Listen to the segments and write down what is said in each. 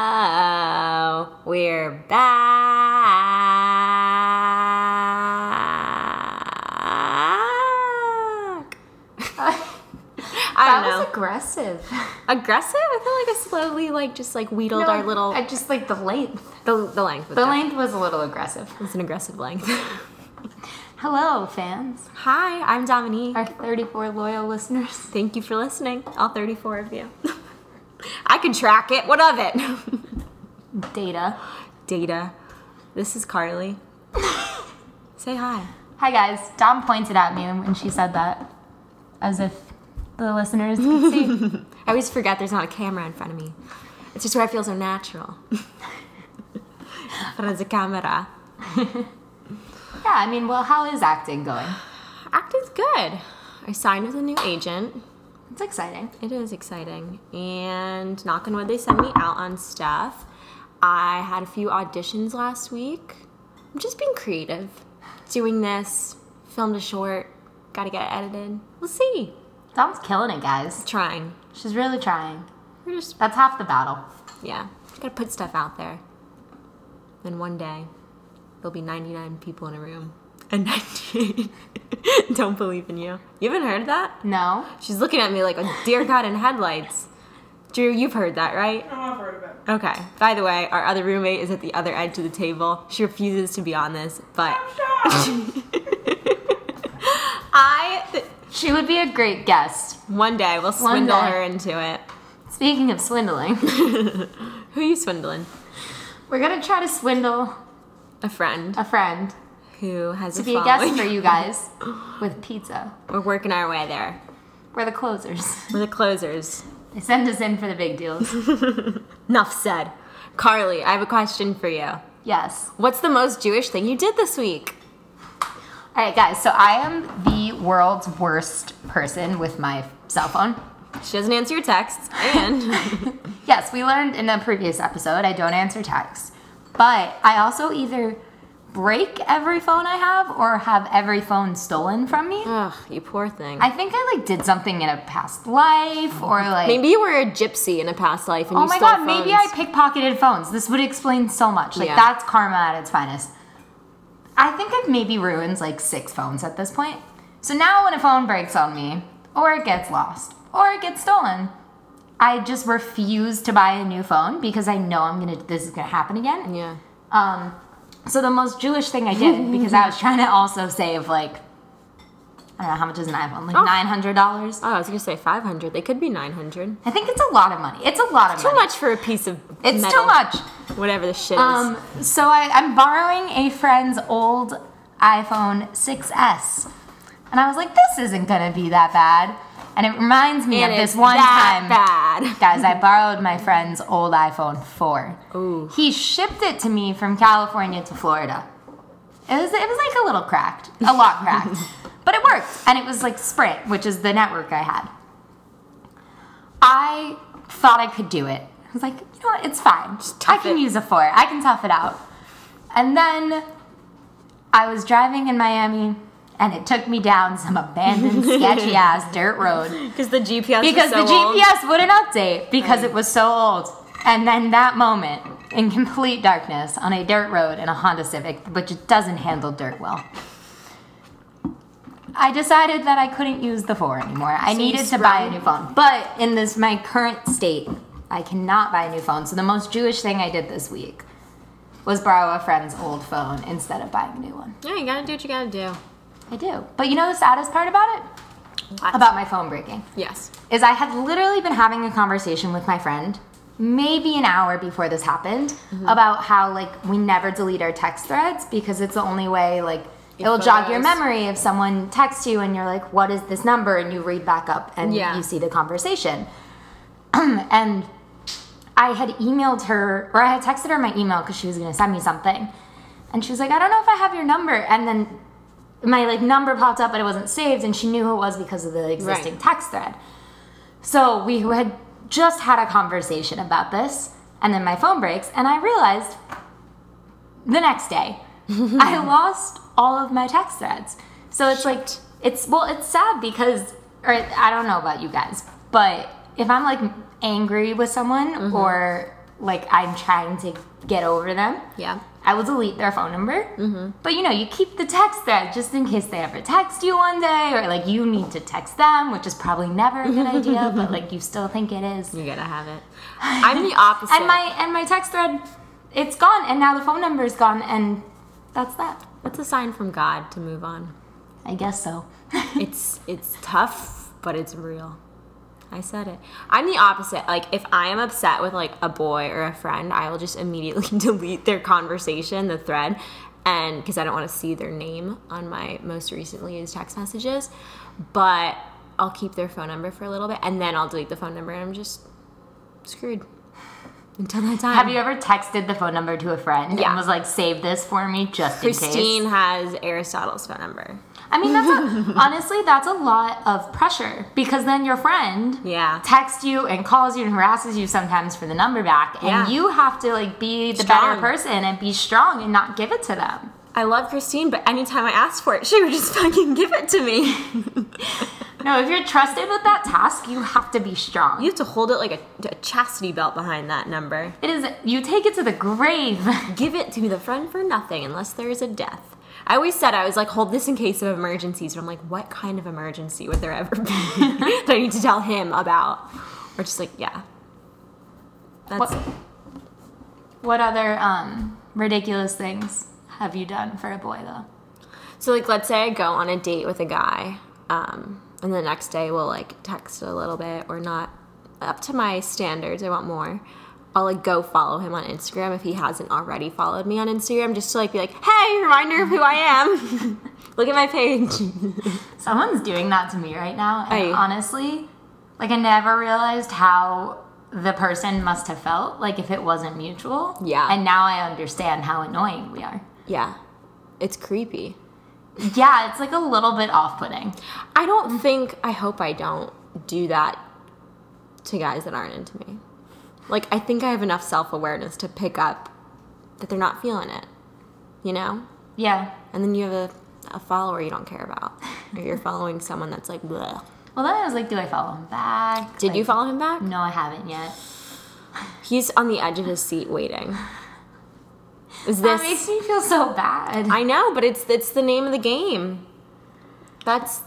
Hello, we're back. I that don't know. was aggressive. Aggressive? I feel like I slowly like just like wheedled No, our little I just like the length. the, the length. Was The def- length was a little aggressive. was an aggressive length. Hello, fans. Hi, I'm Dominique. Our 34 loyal listeners. Thank you for listening, all 34 of you. I can track it. What of it? Data. Data. This is Carly. Say hi. Hi, guys. Dom pointed at me when she said that, as if the listeners could see. I always forget there's not a camera in front of me. It's just where I feel so natural. in front of the camera. yeah, I mean, well, how is acting going? Acting's good. I signed with a new agent. It's exciting. It is exciting. And knock on wood, they sent me out on stuff. I had a few auditions last week. I'm just being creative. Doing this, filmed a short, gotta get it edited. We'll see. Dom's killing it, guys. Trying. She's really trying. We're just, That's half the battle. yeah, gotta put stuff out there. Then one day, there'll be 99 people in a room. And 98 don't believe in you. You haven't heard that? No? She's looking at me like a dear God in headlights. Drew, you've heard that, right? I've heard about it. Okay. By the way, our other roommate is at the other edge of the table. She refuses to be on this, but I th- She would be a great guest. one day we'll One swindle day. her into it. Speaking of swindling, Who you swindling? we're gonna try to swindle A friend a friend who has to a be a following. guest for you guys with pizza. We're working our way there. We're the closers. We're the closers. They send us in for the big deals. Enough said. Carly, I have a question for you. yes. What's the most Jewish thing you did this week? All right, guys. So I am the world's worst person with my cell phone. She doesn't answer your texts, and Yes, we learned in a previous episode I don't answer texts, but I also either break every phone I have or have every phone stolen from me. ugh, you poor thing. I think I like did something in a past life or like maybe you were a gypsy in a past life, and Oh you my stole god, maybe I phones. pickpocketed phones. This would explain so much. Like Yeah. that's karma at its finest. I think I've maybe ruined like six phones at this point. So now when a phone breaks on me, or it gets lost, or it gets stolen, I just refuse to buy a new phone because I know I'm gonna this is gonna happen again. Yeah. Um so the most Jewish thing I did because I was trying to also save like I don't know how much is an iPhone, like Oh. nine hundred dollars. Oh, I was gonna say 500. They could be 900. I think it's a lot of money. It's a lot of Too money. much for a piece of It's metal, too much. Whatever the shit Um, so I, I'm borrowing a friend's old iPhone 6S. And I was like, this isn't gonna be that bad. And it reminds me is. And of this it's one that time. bad. Guys, I borrowed my friend's old iPhone 4. Ooh. He shipped it to me from California to Florida. It was, it was like a little cracked, a lot cracked. but it worked. And it was like Sprint, which is the network I had. I thought I could do it. I was like, you know what? It's fine. I tough can it. use a four. I can tough it out. And then I was driving in Miami, and it took me down some abandoned, sketchy ass dirt road Because the GPS because was so the GPS wouldn't update because it was so old. And then that moment in complete darkness on a dirt road in a Honda Civic, which doesn't handle dirt well. I decided that I couldn't use the four anymore. So I you needed to buy a new phone. But in this my current state, I cannot buy a new phone. So the most Jewish thing I did this week was borrow a friend's old phone instead of buying a new one. Yeah, you gotta do what you gotta do. I do. But you know the saddest part about it? What? About my phone breaking yes. is I had literally been having a conversation with my friend maybe an hour before this happened about how like we never delete our text threads because it's the only way like it will jog your photos. memory if someone texts you and you're like what is this number and you read back up and Yeah. you see the conversation and I had emailed her or I had texted her my email because she was going to send me something. And she was like, I don't know if I have your number. And then my like number popped up, but it wasn't saved, and she knew who it was because of the existing Right. text thread. So we had just had a conversation about this, and then my phone breaks, and I realized the next day I lost all of my text threads. So it's like it's well, it's sad because, or I don't know about you guys, but if I'm like angry with someone or like I'm trying to get over them. Yeah. I will delete their phone number. Mm-hmm. But you know, you keep the text there just in case they ever text you one day, or like you need to text them, which is probably never a good idea, but like you still think it is. You gotta have it. I'm the opposite. And my and my text thread, it's gone, and now the phone number is gone, and that's that. That's a sign from God to move on. I guess so. Hmm. It's it's tough, but it's real. I said it. I'm the opposite. Like if I am upset with like a boy or a friend, I will just immediately delete their conversation, the thread, and because I don't want to see their name on my most recently used text messages, but I'll keep their phone number for a little bit and then I'll delete the phone number and I'm just screwed until that time. Have you ever texted the phone number to a friend Yeah. and was like, "Save this for me, just in Christine case"? has Aristotle's phone number. I mean, that's a, honestly that's a lot of pressure because then your friend Yeah. texts you and calls you and harasses you sometimes for the number back, and Yeah. you have to like be the Strong. better person and be strong and not give it to them. I love Christine, but anytime I asked for it, she would just fucking give it to me. No, if you're trusted with that task, you have to be strong. You have to hold it like a, a chastity belt behind that number. it is you take it to the grave. Give it to the friend for nothing unless there is a death. I always said I was like, hold this in case of emergencies, but I'm like, what kind of emergency would there ever be that I need to tell him about? Or just like, yeah. That's What- What other um, ridiculous things have you done for a boy though? so like let's say I go on a date with a guy, um, and the next day we'll like text a little bit or not up to my standards, I want more. I'll like go follow him on Instagram if he hasn't already followed me on Instagram, just to like be like, hey, reminder of who I am. Look at my page. Someone's doing that to me right now, Aye. and honestly, like I never realized how the person must have felt like if it wasn't mutual. Yeah. And now I understand how annoying we are. Yeah. It's creepy. Yeah, it's like a little bit off-putting. I don't think, I hope I don't do that to guys that aren't into me. Like, I think I have enough self awareness to pick up that they're not feeling it, you know? Yeah. And then you have a, a follower you don't care about. Or you're following someone that's like, bleh. Well, then I was like, do I follow him back? Did you Like, follow him back? No, I haven't yet. He's on the edge of his seat waiting. Is That makes this. me feel so bad. I know, but it's, it's the name of the game. That's.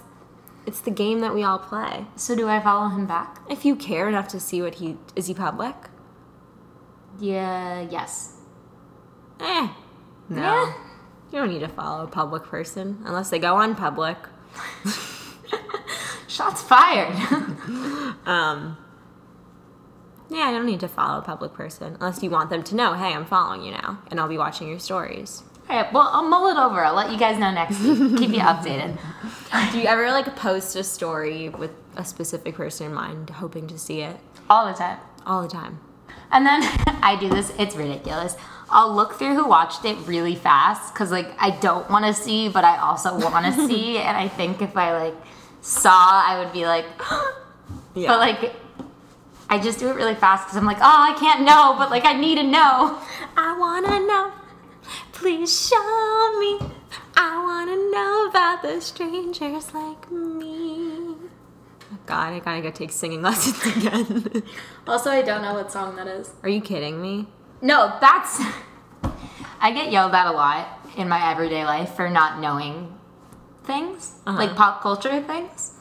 It's the game that we all play. so do I follow him back? If you care enough to see what he is, he public. Yeah. Yes. Eh, no. Yeah. You don't need to follow a public person unless they go on public. Shots fired. Yeah, I don't need to follow a public person unless you want them to know, hey, I'm following you now, and I'll be watching your stories. All right. Well, I'll mull it over. I'll let you guys know next week. Keep you updated. Do you ever like post a story with a specific person in mind, hoping to see it All the time. all the time? And then I do this, it's ridiculous. I'll look through who watched it really fast because, like, I don't want to see, but I also want to see. And I think if I, like, saw, I would be like, Yeah. but, like, I just do it really fast because I'm like, oh, I can't know, but, like, I need to know. I wanna know. Please show me. I wanna know about the strangers like me. Oh God, I gotta go take singing lessons again. Also, I don't know what song that is. Are you kidding me? No, that's. I get yelled at a lot in my everyday life for not knowing things, Uh-huh. like pop culture things.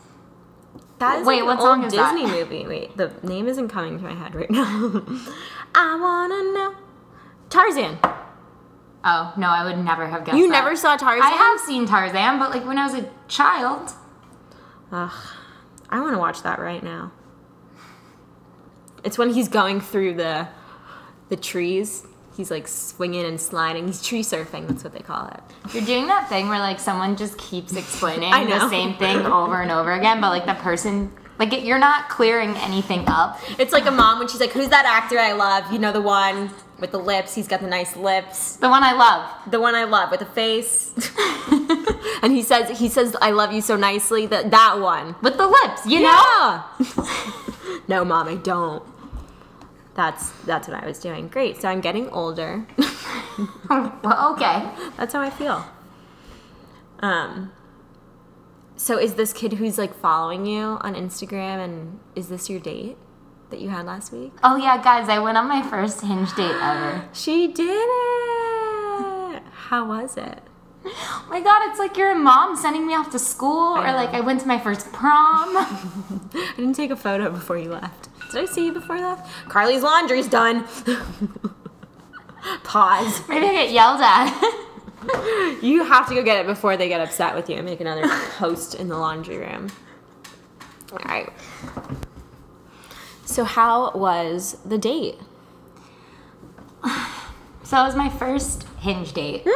That is Wait, like what an song old is that? Disney movie. Wait, the name isn't coming to my head right now. I wanna know. Tarzan. Oh, no, I would never have guessed You that. never saw Tarzan? I have seen Tarzan, but like when I was a child, Ugh, I wanna watch that right now. It's when he's going through the the trees. He's like swinging and sliding. He's tree surfing. That's what they call it. you're doing that thing where like someone just keeps explaining I know. the same thing over and over again, but like the person, like you're not clearing anything up. It's like a mom when she's like, "Who's that actor I love? You know the one with the lips. He's got the nice lips. The one I love. The one I love with the face." and he says, "He says I love you so nicely." That that one. With the lips, you know? Yeah. no, mom, I don't. That's that's what I was doing. Great. So I'm getting older. Well, okay. that's how I feel. Um. So is this kid who's like following you on Instagram and is this your date? that you had last week? Oh yeah, guys, I went on my first hinge date ever. She did it. How was it? Oh my god, it's like you're a mom sending me off to school, or know. like I went to my first prom. I didn't take a photo before you left. Did I see you before I left? Carly's laundry's done. Pause. Maybe I get yelled at. You have to go get it before they get upset with you and make another post in the laundry room. All right. So, how was the date? so it was my first hinge date.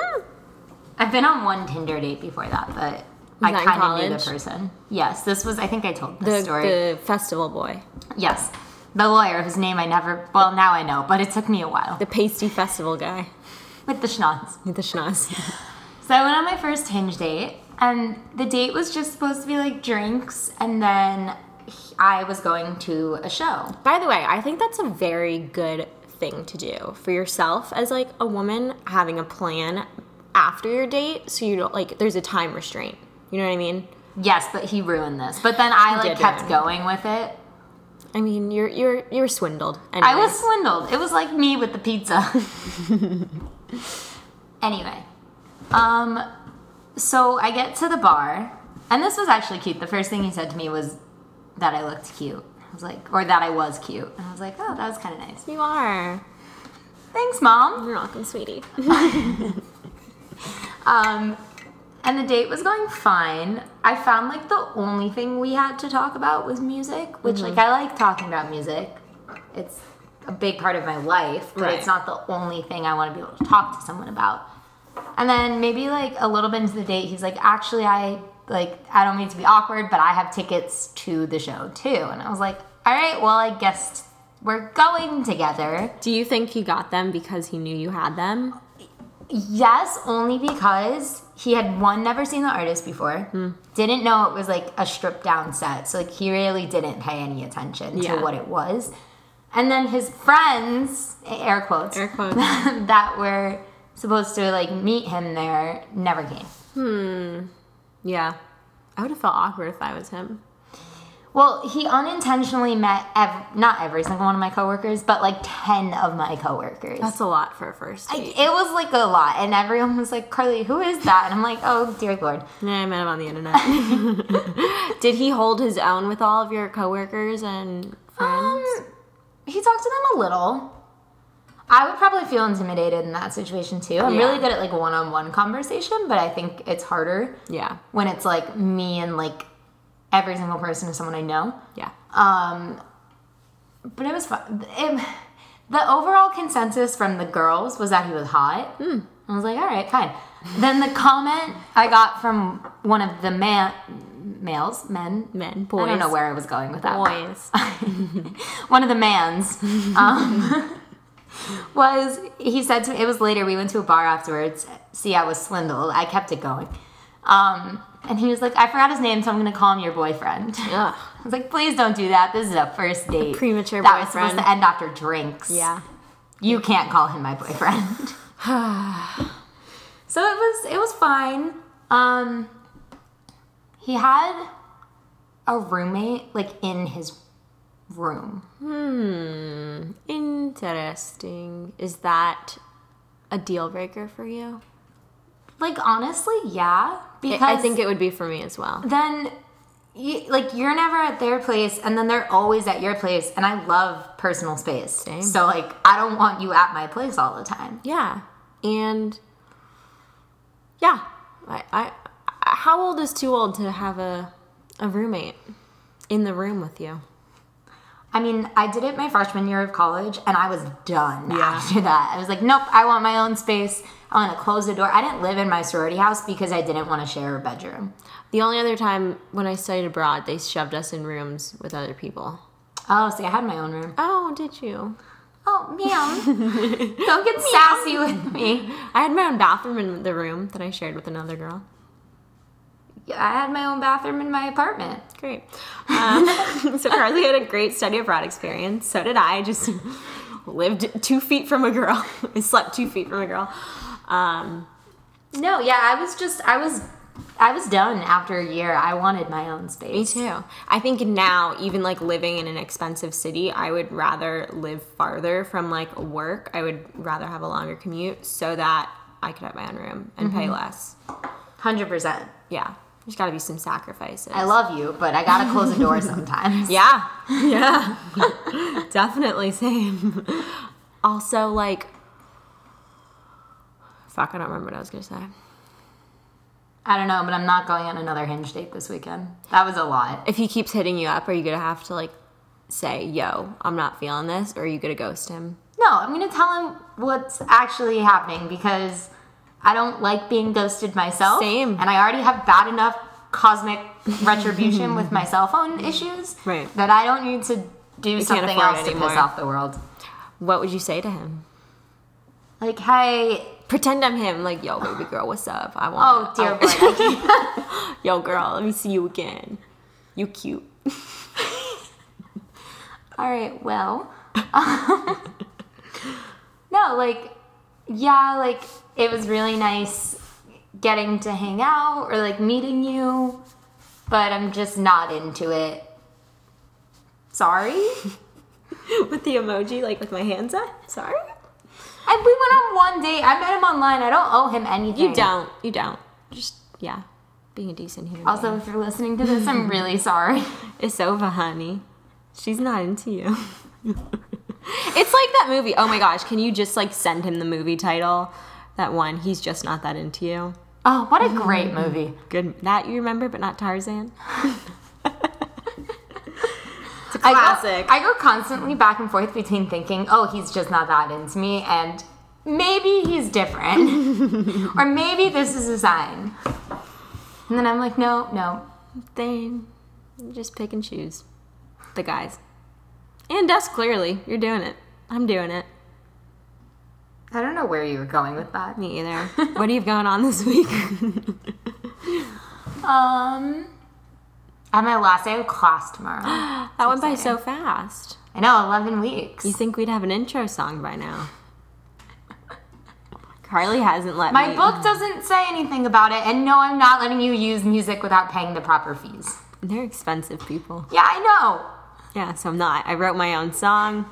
I've been on one Tinder date before that, but I that in kind of knew the college? person. Yes, this was. I think I told this The, story. the festival boy, Yes. The lawyer whose name I never, well, now I know, but it took me a while. the pasty festival guy, With the schnoz. the schnoz. So I went on my first hinge date, and the date was just supposed to be like drinks, and then he- I was going to a show. By the way, I think that's a very good thing to do for yourself as like a woman having a plan after your date so you don't like there's a time restraint. You know what I mean? Yes, but he ruined this. But then I like did kept ruin going with it. I mean, you're you're you're swindled. Anyways. I was swindled. It was like me with the pizza. anyway, um, so I get to the bar, and this was actually cute. The first thing he said to me was that I looked cute. I was like, or that I was cute. And I was like, oh, that was kind of nice. you are. Thanks, mom. You're welcome, sweetie. Um, and the date was going fine. I found like the only thing we had to talk about was music, which like I like talking about music. It's a big part of my life, but Right. it's not the only thing I want to be able to talk to someone about. And then maybe like a little bit into the date, he's like, actually, I like I don't mean to be awkward, but I have tickets to the show too. And I was like, all right, well, I guess we're going together. Do you think he got them because he knew you had them? Yes, only because he had one never seen the artist before. Hmm. Didn't know it was like a stripped down set. So like he really didn't pay any attention Yeah. to what it was. And then his friends, air quotes, Air quotes. that were supposed to like meet him there never came. Yeah. I would have felt awkward if I was him. Well, he unintentionally met ev- not every single one of my coworkers, but like 10 of my coworkers. That's a lot for a first Like, date. it was like a lot, and everyone was like, "Carly, who is that?" And I'm like, "Oh, dear lord." Yeah, I met him on the internet. Did he hold his own with all of your coworkers and friends? Um, he talked to them a little. I would probably feel intimidated in that situation too. I'm really Yeah. good at like one on one conversation, but I think it's harder yeah, when it's like me and like every single person is someone I know. yeah. Um, but it was fun. It, the overall consensus from the girls was that he was hot. Hmm. I was like, all right, fine. then the comment I got from one of the man males, men, Men, boys. I don't know where I was going with that Boys. one of the man's um, was he said to me it was later we went to a bar afterwards see i was swindled i kept it going um, and he was like i forgot his name so i'm going to call him your boyfriend Ugh. i was like please don't do that this is a first date premature that was boyfriend. supposed to end after drinks Yeah. you can't call him my boyfriend so it was it was fine um he had a roommate like in his room Interesting. Is that a deal breaker for you? Like honestly, yeah. Because I think it would be for me as well. then, you, like you're never at their place, and then they're always at your place. And I love personal space. Same. So like, I don't want you at my place all the time. Yeah. And yeah, I, I, I- how old is too old to have a, a roommate in the room with you? I mean, I did it my freshman year of college, and I was done after that. I was like, nope, I want my own space. I want to close the door. I didn't live in my sorority house because I didn't want to share a bedroom. The only other time when I studied abroad, they shoved us in rooms with other people. Oh, see, I had my own room. Oh, did you? Oh, meow. Don't get sassy with me. I had my own bathroom in the room that I shared with another girl. Yeah, I had my own bathroom in my apartment. Great. Um, so Carly had a great study abroad experience. So did I. Just lived two feet from a girl. I slept two feet from a girl. Um, No, yeah, I was just I was I was done after a year. I wanted my own space. Me too. I think now, even like living in an expensive city, I would rather live farther from like work. I would rather have a longer commute so that I could have my own room and pay less. Hundred percent. Yeah. There's got to be some sacrifices. I love you, but I gotta close the door sometimes. Yeah. Yeah. Definitely same. Also, like, fuck, I don't remember what I was going to say. I don't know, but I'm not going on another hinge date this weekend. That was a lot. If he keeps hitting you up, are you going to have to, like, say, yo, I'm not feeling this, or are you going to ghost him? No, I'm gonna tell him what's actually happening because I don't like being ghosted myself. Same. And I already have bad enough cosmic retribution with my cell phone issues Right. that I don't need to do something afford it else to piss anymore. off the world. What would you say to him? Like, hey, Pretend I'm him, like, yo, baby girl, what's up? I oh want. dear boy, I can't- yo, girl, let me see you again. You cute. All right, well. um, no, like, yeah, like, it was really nice getting to hang out or like meeting you, but I'm just not into it. Sorry? with the emoji, like with my hands up. Sorry. I, we went on one date. I met him online. I don't owe him anything. You don't. You don't. Just yeah, being a decent human. Also, Also, if you're listening to this, I'm really sorry. it's over, honey. She's not into you. it's like that movie. Oh my gosh, can you just like send him the movie title? That one. He's just not that into you. Oh, what a great movie. Good. That you remember, but not Tarzan. it's a I go- classic. I go, constantly back and forth between thinking, oh, he's just not that into me, and maybe he's different. or maybe this is a sign. And then I'm like, no, no. thing. Just pick and choose the guys and us. Clearly, you're doing it. I'm doing it. I don't know where you were going with that. Me either. what do you have going on this week? Um, I have my last day of class tomorrow. That went by so fast. I know, 11 weeks. You think we'd have an intro song by now? Carly hasn't let My me. book doesn't say anything about it, and no, I'm not letting you use music without paying the proper fees. They're expensive people. Yeah, I know. Yeah, so I'm not. I wrote my own song.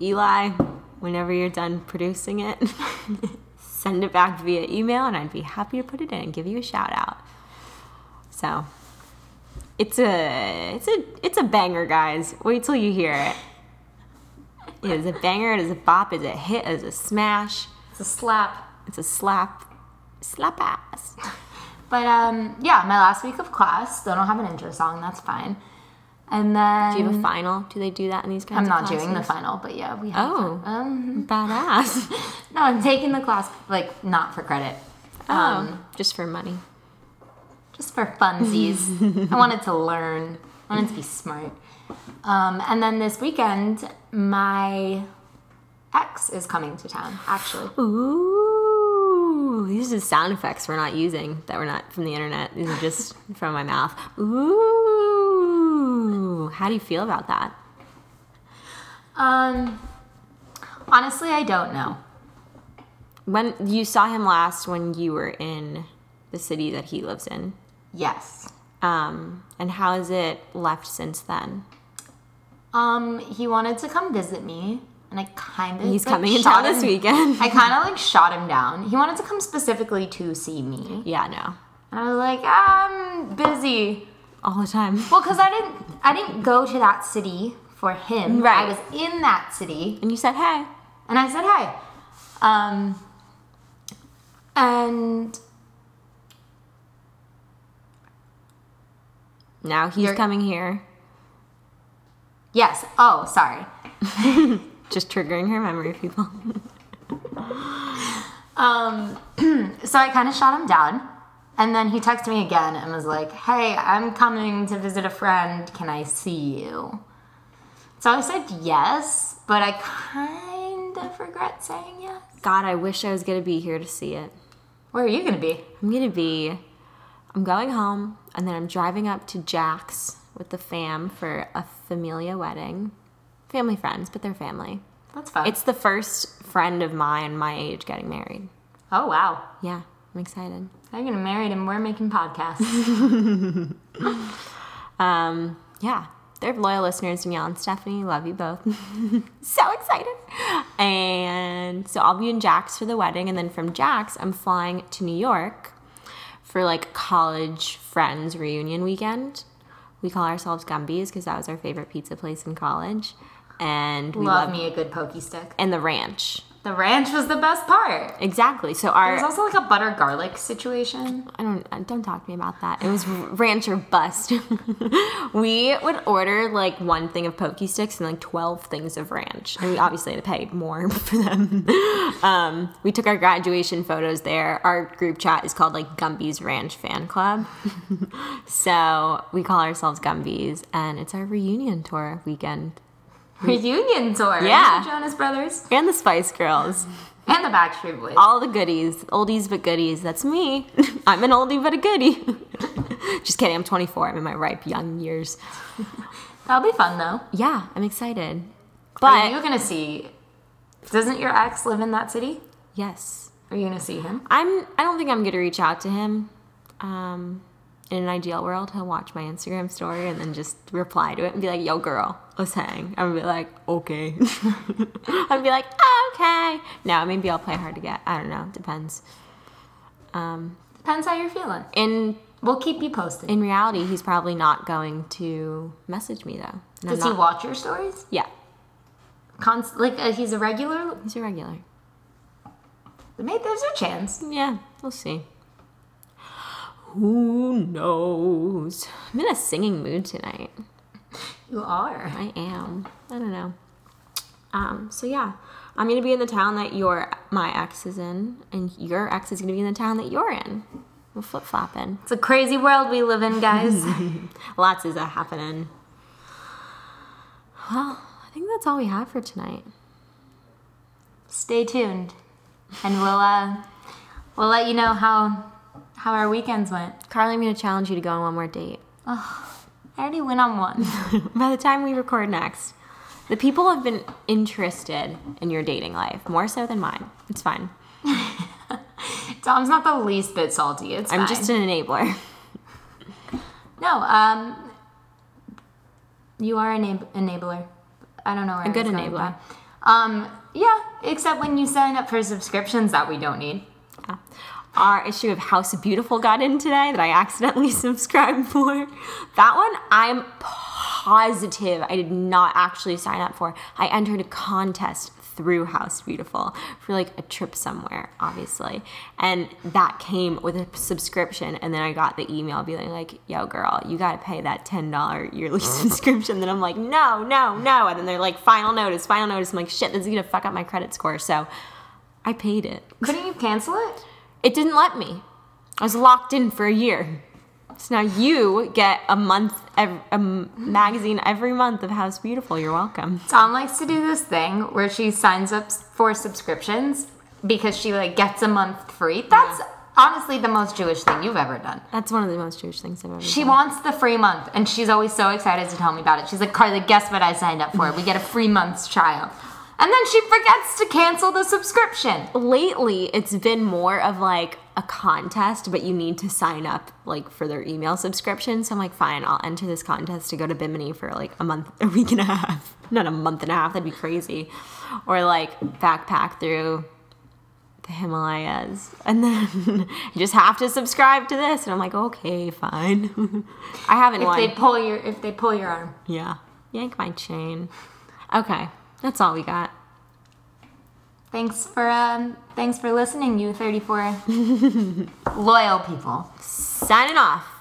Eli, whenever you're done producing it, send it back via email, and I'd be happy to put it in and give you a shout out. So. It's a it's a it's a banger, guys. Wait till you hear it. It is a banger. It is a bop. It is a hit. It is a smash. It's a slap. It's a slap, slap ass. But um, yeah, my last week of class, still don't have an intro song. That's fine. And then Do you have a final? Do they do that in these kinds Um, of I'm not classes? doing the final, but yeah, we have. Oh, Um, badass. no, I'm taking the class like not for credit, Um, just for money. just for funsies. I wanted to learn. I wanted to be smart. Um, and then this weekend, my ex is coming to town. Actually, Ooh, these are sound effects we're not using that we're not from the internet. These are just from my mouth. Ooh, how do you feel about that? um, honestly, I don't know. When you saw him last, when you were in the city that he lives in, Yes. um, and how has it left since then? Um, he wanted to come visit me, and I kind of He's coming in town this weekend. I kind of like shot him down. He wanted to come specifically to see me, yeah, no, and I was like, I'm busy. all the time. Well, because I didn't, I didn't go to that city for him. I Right. was in that city, And you said, hey. and I said hi. Um, and Now he's You're- coming here, yes, oh, sorry. just triggering her memory, people. Um, so I kind of shot him down. And then he texted me again and was like, Hey, I'm coming to visit a friend. Can I see you? So I said yes, but I kind of regret saying yes. God, I wish I was gonna be here to see it. Where are you going to be? I'm gonna be. I'm going home, and then I'm driving up to Jack's with the fam for a familia wedding. Family friends, but they're family. That's fun. It's the first friend of mine my age getting married. oh, wow. Yeah. I'm excited. They're getting married and we're making podcasts. Um, yeah, they're loyal listeners, Danielle and Stephanie. Love you both. so excited. And so I'll be in Jax for the wedding. And then from Jax, I'm flying to New York for like college friends reunion weekend. We call ourselves Gumbies because that was our favorite pizza place in college. And we love, Love me a good pokey stick. and the ranch. The ranch was the best part. Exactly. So There's our also like a butter garlic situation. I don't uh, don't talk to me about that. It was ranch or bust. we would order like one thing of pokey sticks and like twelve things of ranch, and we obviously had to pay more for them. um, we took our graduation photos there. Our group chat is called like Gumby's Ranch Fan Club, so we call ourselves Gumbies, and it's our reunion tour weekend. Reunion tour. Yeah. The Jonas Brothers And the Spice Girls, and the Backstreet Boys. all the goodies, oldies but goodies. That's me. I'm an oldie but a goodie. Just kidding. I'm 24. I'm in my ripe young years. That'll be fun though. Yeah, I'm excited. Are But you gonna see? Doesn't your ex live in that city? yes, Are you gonna see him? I'm. I don't think I'm gonna reach out to him. Um, in an ideal world, he'll watch my Instagram story and then just reply to it and be like, "Yo, girl, let's hang." I'm gonna be like, "Okay." I'd be like, "Okay." No, maybe I'll play hard to get. I don't know. Depends. Depends how you're feeling. In We'll keep you posted. in reality, he's probably not going to message me though. And I'm Does he not- watch your stories? Yeah, Const- like uh, he's a regular. he's a regular. Mate, there's a chance. Yeah, we'll see. Who knows? I'm in a singing mood tonight. You are. I am. I don't know. Um, so yeah, I'm gonna be in the town that your my ex is in, and your ex is gonna be in the town that you're in. We're flip flopping. It's a crazy world we live in, guys. Lots is a happening. Well, I think that's all we have for tonight. Stay tuned, and we'll uh, we'll let you know how how our weekends went. Carly, I'm gonna challenge you to go on one more date. I already went on one. By the time we record next, the people have been interested in your dating life more so than mine. It's fine. Tom's not the least bit salty. It's I'm fine. just an enabler. no. Um, you are an enab- enabler. I don't know where a good going enabler. with that. Um, yeah, except when you sign up for subscriptions that we don't need. Our issue of House Beautiful got in today that I accidentally subscribed for. That one, I'm positive I did not actually sign up for. I entered a contest through House Beautiful for like a trip somewhere, obviously. And that came with a subscription. And then I got the email being like, yo, girl, you got to pay that $10 yearly subscription. Then I'm like, no, no, no. And then they're like, final notice, final notice. I'm like, shit, this is going to fuck up my credit score. So I paid it. Couldn't you cancel it? It didn't let me. I was locked in for a year. So now you get a month, ev- a m- magazine every month of House Beautiful. You're welcome. Tom likes to do this thing where she signs up s- for subscriptions because she like gets a month free. That's honestly the most Jewish thing you've ever done. That's one of the most Jewish things I've ever She done. wants the free month, and she's always so excited to tell me about it. She's like, Carly, guess what I signed up for? We get a free month's trial. And then she forgets to cancel the subscription. Lately, it's been more of like a contest, but you need to sign up like for their email subscription. So I'm like, fine, I'll enter this contest to go to Bimini for like a month, a week and a half. Not a month and a half, that'd be crazy. Or like backpack through the Himalayas. And then you just have to subscribe to this. And I'm like, okay, fine. I haven't If won. they pull your if they pull your arm. Yeah. Yank my chain. Okay. That's all we got. Thanks for um thanks for listening, you 34 loyal people. Signing off.